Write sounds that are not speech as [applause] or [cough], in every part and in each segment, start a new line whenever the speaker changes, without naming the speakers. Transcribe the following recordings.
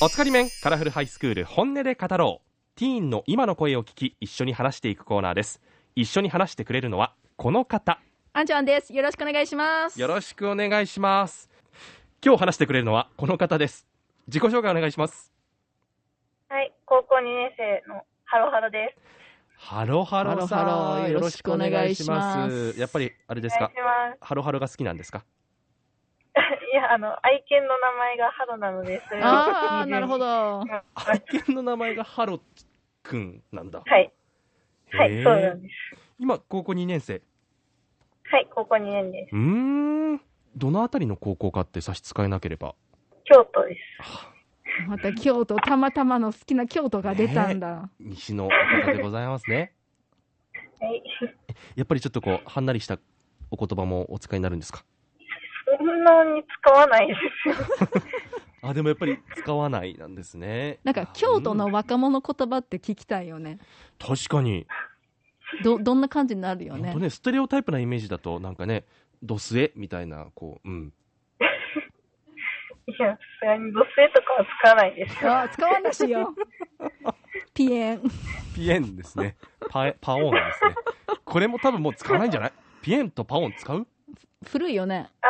おつかりめんカラフルハイスクール本音で語ろうティーンの今の声を聞き一緒に話していくコーナーです一緒に話してくれるのはこの方
あんちゃんです。よろしくお願いします。
よろしくお願いします今日話してくれるのはこの方です自己紹介お願いします
はい、高校2年生のハロハロです。
ハロハロさん
ハロハロよろしくお願いしま
よろ
す
くお願いしやっぱりあれです
お願
か
いしま
ハロハロが好きなんですか
す。いや、あの、愛犬の名前がハロなので、それを
ああ、なるほ
ど。
ど。は
愛犬の名前がハロくんなんだ
はい、は
へ
い、
ー
そうなんです。
今高校2年生
はい、高校2年で
うーんどのあたりの高校かって差し支えなければ
す。京都です。
また京都、たまたまの好きな京都が出たんだ。
西のお方でございます [laughs] ね
はい。
やっぱりちょっとこうはんなりしたお言葉もお使いになるんですか
そんなに使わないですよ。
あでもやっぱり使わないなんですね
なんか京都
う
の
ん
若者言葉って聞きたいよね。
確かに
ど、どんな感じになるよ
本
ね
当。ねステレオタイプなイメージだとなんかねドスエみたいなこううん
いや、さすがにドスエとかは使わないですよ。
ああ、使わなしよ。 [laughs] ピエン。
ピエンです
[laughs]
ねパエパオンですねこれも多分もう使わないんじゃないピエンとパオン使う
古いよね。
あ、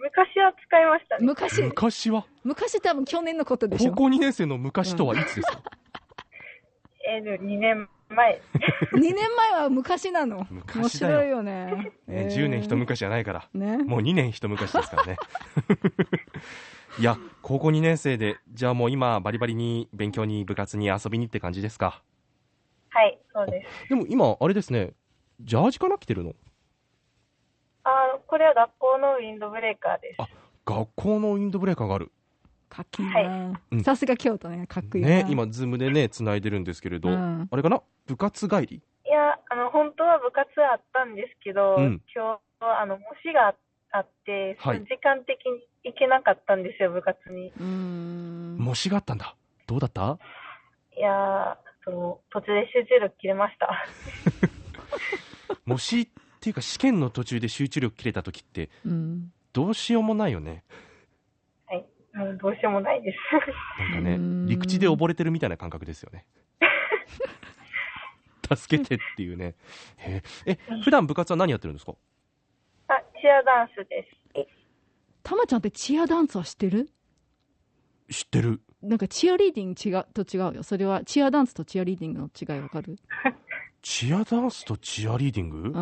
昔は使いましたね。
昔、
昔は
昔多分去年のことでし
高
ょ。
校2年生の昔とはいつですか、
えー、2年前。
2年前は昔なの。面
昔だよ
白いよね。
ね、10年一昔じゃないから
ね。
もう2年一昔ですからね。いや、高校2年生で、じゃあもう今、バリバリに勉強に、部活に遊びにって感じですか。
はい、そうです。
でも今、あれですね、ジャージかな着てるの
あこれは学校のウィンドブレーカーです。
学校のウィンドブレーカーがある。
かっけえ
う。
なんさすが京都ね。かっこいいな。
ね、今、ズームでね、繋いでるんですけれど、
うん
あれかな部活帰り
いや、あの、本当は部活はあったんですけど、
うん
今日は、あの、模試があって、
はい
時間的に行けなかったんですよ、部活に。
うーん。
模試があったんだ。どうだった
いやー、その、途中で集中力切れました。 [laughs]
模試っていうか、試験の途中で集中力切れた時って、
うん。
どうしようもないよね。
はい。もうどうしようもないです。
な
[laughs]
んか
うー
ね
ん
陸地で溺れてるみたいな感覚ですよね [laughs] 助けてっていうねへええ普段部活は何やってるんですか
あ、チアダンスです。
たまちゃんってチアダンスはしてる
知ってる
なんかチアリーディング違うと違うよ。それはチアダンスとチアリーディングの違いわかる
チアダンスとチアリーディング、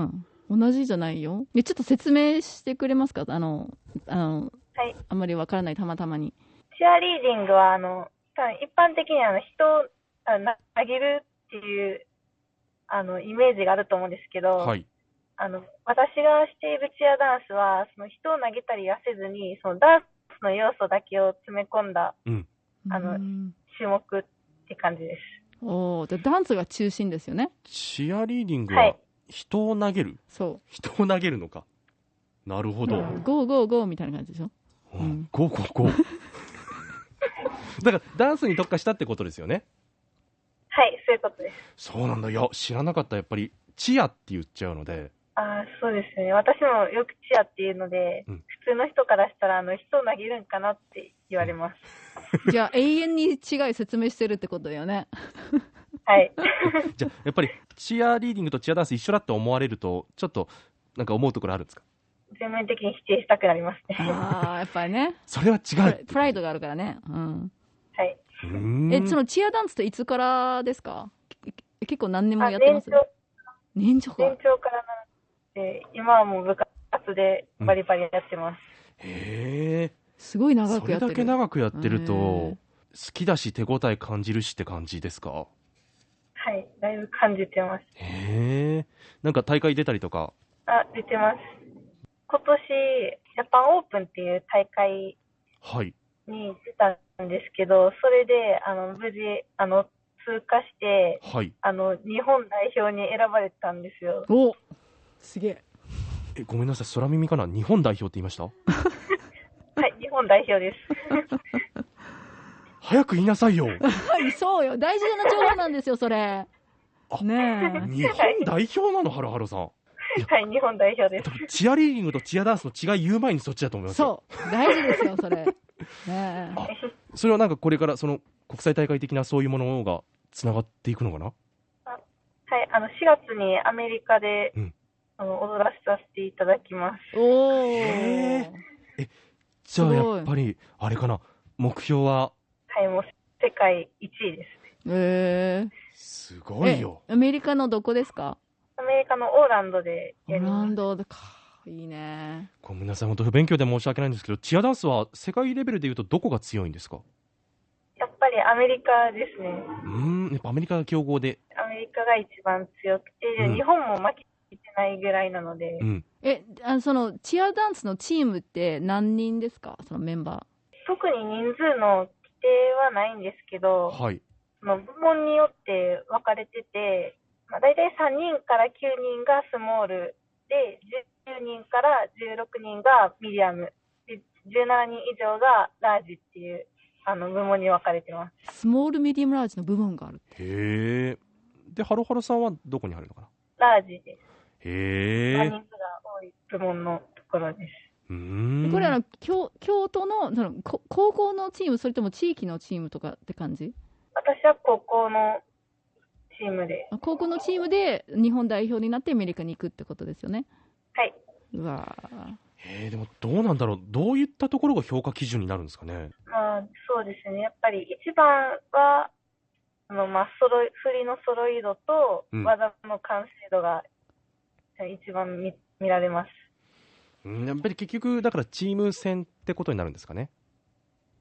うん。同じじゃないよ。ねちょっと説明してくれますかあの、あの、
はい
あんまりわからないたまたまに。
チアリーディングは、あの、多分一般的にあの、人をあの投げるっていう、あの、イメージがあると思うんですけど、
はい
あの、私がしているチアダンスは、その人を投げたりはせずに、そのダンスの要素だけを詰め込んだあの
うん
種目って感じです。
おーじゃあダンスが中心ですよね。
チアリーディング
は
はい人を投げる、
そ
人を投げるのかなるほ
う。
ど、
ゴーゴーゴーみたいな感じで
[laughs]
しょ
うん
うん
ゴーゴーゴ
[laughs]
ーだからダンスに特化したってことですよね
はい、そういうことです。
そうなんだいや知らなかったやっぱりチアって言っちゃうので
ああ、そうですね。私もよくチアっていうので、
うん
普通の人からしたら、あの、人を投げるんかなって言われます。
じゃあ永遠に違い説明してるってことだよね。
[laughs] はい。
じゃあやっぱりチアリーディングとチアダンス一緒だって思われるとちょっとなんか思うところあるんですか
全面的に否定したくなりますね。
ああ、やっぱりね。
それは違
プラ
う
プライドがあるからね。うん。
はい。
うーん
え、そのチアダンスっていつからですかけ結構何年も
あ
やってま
年
す
長、
年長か
年長からなので、今はもう部活でバリバリやってます。
へえ
すごい長
そ
く
れ
やって
だ
る。
け長くやってると
うん
好きだし手応え感じるしって感じですか
はい。だいぶ感じてます。
へえなんか大会出たりとか
あ、出てます。今年、ジャパンオープンっていう大会
はい
に出たんですけど、それで、あの、無事、あの、通過して、
はい
あの、日本代表に選ばれたんで
[laughs]
すよ。
おすげえ。
えごめんなさい空耳かな日本代表って言いました
はい、日本代表です。
早く言いなさいよ
はい、そうよ。大事な情報なんですよ、それ
あ。
ね
日本代表なのハロハロさん
はい、日本代表で
[laughs] 多。
す
分チアリーディングとチアダンスの違い言う前にそっちだと思い
え。
ますよ
そう。大事ですよ、それ。ねえ
あ。それはなんかこれからその国際大会的なそういうものがつながっていくのかな
はい、あの4月にアメリカで、
うん
あの踊らさせていただきます。
お
へ
ー。
じゃあ
すごい
やっぱりあれかな目標は
はい、もう世界1位です。
えー。
すごいよ
えアメリカのどこですか
アメリカのオーランドで
オ
やり
ラ
ます
ン。ドか。いいね。
ごめんなさい本当不勉強で申し訳ないんですけどチアダンスは世界レベルでいうとどこが強いんですか
やっぱりアメリカですね。
うーんやっぱアメリカが強豪で
アメリカが一番強くて、
うん
日本も負けてないぐらいなので、
うん
え、あその、チアダンスのチームって何人ですかそのメンバ
特に人数の規定はないんですけど、
はい
その部門によって分かれてて、まあ、大体3人から9人がスモールで、10人から16人がミディアム、で17人以上がラージっていうあの部門に分かれてます。
ー。スモールミディアムラージの部門がある。
へえでハロハロさんはどこに入るのかな
ラージで
へ
3人
え
が多い部門のところです。
うーん
これあの京京都のそのこ高校のチームそれとも地域のチームとかって感じ
私は高校のチームで、
あ高校のチームで日本代表になってアメリカに行くってことですよね
はい。
うわー
へえでもどうなんだろうどういったところが評価基準になるんですかね
まあ、そうですね。やっぱり一番は、あの、まあ、そろい、振りの揃い度と、
うん
技の完成度が一番見見られます。
うんやっぱり結局だからチーム戦ってことになるんですかね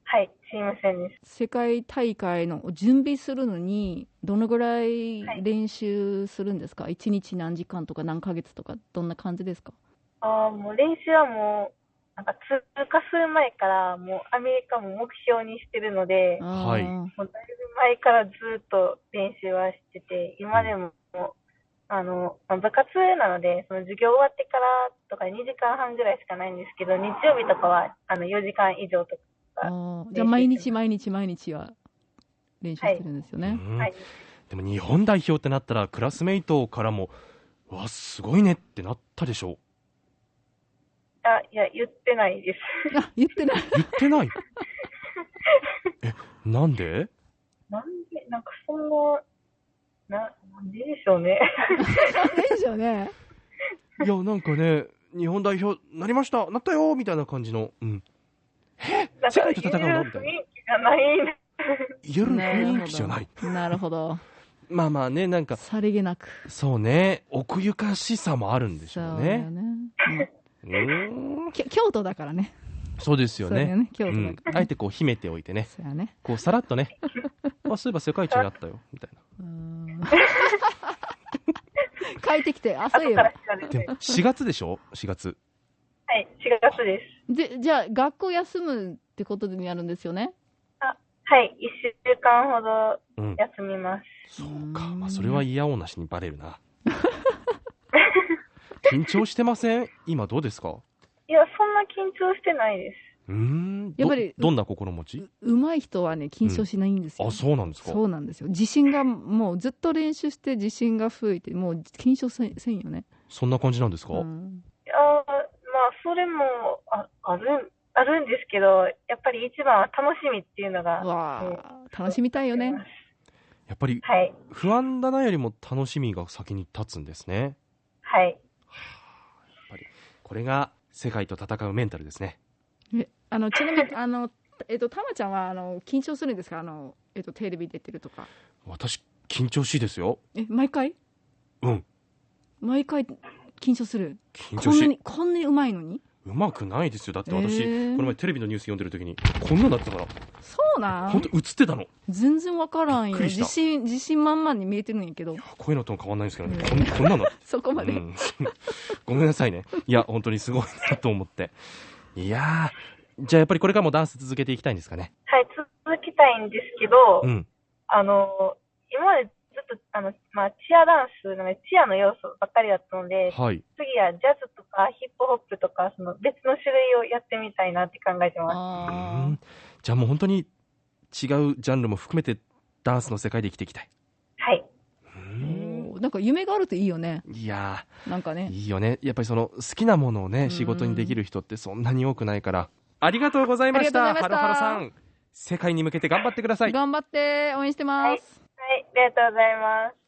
はい、チーム戦です。
世界大会の準備するのにどのぐらい練習するんですか、一日何時間とか何ヶ月とかどんな感じですか
ああ、もう練習はもう、なんか通過する前から、もうアメリカも目標にしてるので、
はい
あ
もうだいぶ前からずっと練習はしてて、今でも、あの、まあ、部活なので、その授業終わってからとか2時間半ぐらいしかないんですけど、日曜日とかは、あの、4時間以上とか、
ーあーじゃあ毎日毎日毎日は練習してるんですよね、
うん
はい。
でも日本代表ってなったらクラスメイトからもうわすごいねってなったでしょ
あ、いや、言ってないです。 [laughs]
あ言ってない
言って
[laughs]
ないえなんで
なんで、なんかそんな、な、なんででしょうね。 [laughs]
ないですよね
いやなんかね日本代表なりましたなったよみたいな感じの、うん、
なん
世
か
界と戦うのみたいな
言える雰囲気がないな。
言える雰囲気じゃ
な
ない
るほどなるほど
まあまあねなんか
さりげなく
そうね奥ゆかしさもあるんでし
そう
ょう
だよ
ね
ね、
うーん
きょ京都だからね
そうです
そ
よ
うだ
ね
よね京
う
都だ
ん
か、ら、
あえてこう秘めておいてね
そうやね
こうさらっとねあそういえば世界一になったよみたいう
ーん帰ってきてあそういえ
後か
ば
ら調べ
なで
て。
[laughs]
も4月でしょ4月
はい、4月です。
でじゃあ学校休むってことになるんですよね
はい、1週間ほど
うん
休みます。
そうか、
うーん
まあ、それは嫌おうなしにバレるな。 [laughs] 緊張してません今どうですか
いや、そんな緊張してないです。
うーん。
やっぱり
ど、どんな心持ち
うまい人はね緊張しないんですよ、
あ、そうなんですか
そうなんですよ自信がもうずっと練習して自信が増えてもう緊張せんせんよね、
そんな感じなんですか、
うん、
いやーまあ、それもああるあるんですけど、やっぱり一番は楽しみっていうのが、は
わあ楽しみたいよね
やっぱり
い、
不安だなよりも楽しみが先に立つんですね。
はい、
これが世界と戦うメンタルですね。
えあのち
[laughs]
なみにあのえっとたまちゃんはあの緊張するんですかあのえっとテレビ出てるとか
私、緊張しいですよ。
え毎回
うん。
毎回緊張する
緊
こ
張
ん
し。
ないにこんなにうまいのに
うまくないですよ。だって私、
えー
この前テレビのニュース読んでる時に、こんなんなってたか
そうな
ら、本
ん
当映ってたの。
全然わからん
びっ
よ
くりした
自信自信満々に見えてるんやけど
声のトーン変わんないんですけどね。こんこんなの。
そこまで、
うん [laughs] ごめんなさいね。いや、本当にすごいなと思って。いやー、じゃあやっぱりこれからもダンス続けていきたいんですかね。
はい、続きたいんですけど、
うん。
あの今までずっとあの、まあ、チアダンスなので、チアの要素ばっかりだったので、
はい。
次はジャズとかヒップホップとか、その別の種類をやってみたいなって考えてます。
あ
う
ー
んじゃあもう本当に違うジャンルも含めてダンスの世界で生きていきたい。
はい、
うん
おーなんか夢があるといいよね
いや
なんか
ー、
ね
いいよね。やっぱりその好きなものを
う
ね、
ん
仕事にできる人ってそんなに多くないから。ありがとうございました。
ありがとうございました
ハロハロさん。
世界に向けて頑張ってください。
頑張って応援してます。
はい、ありがとうございます。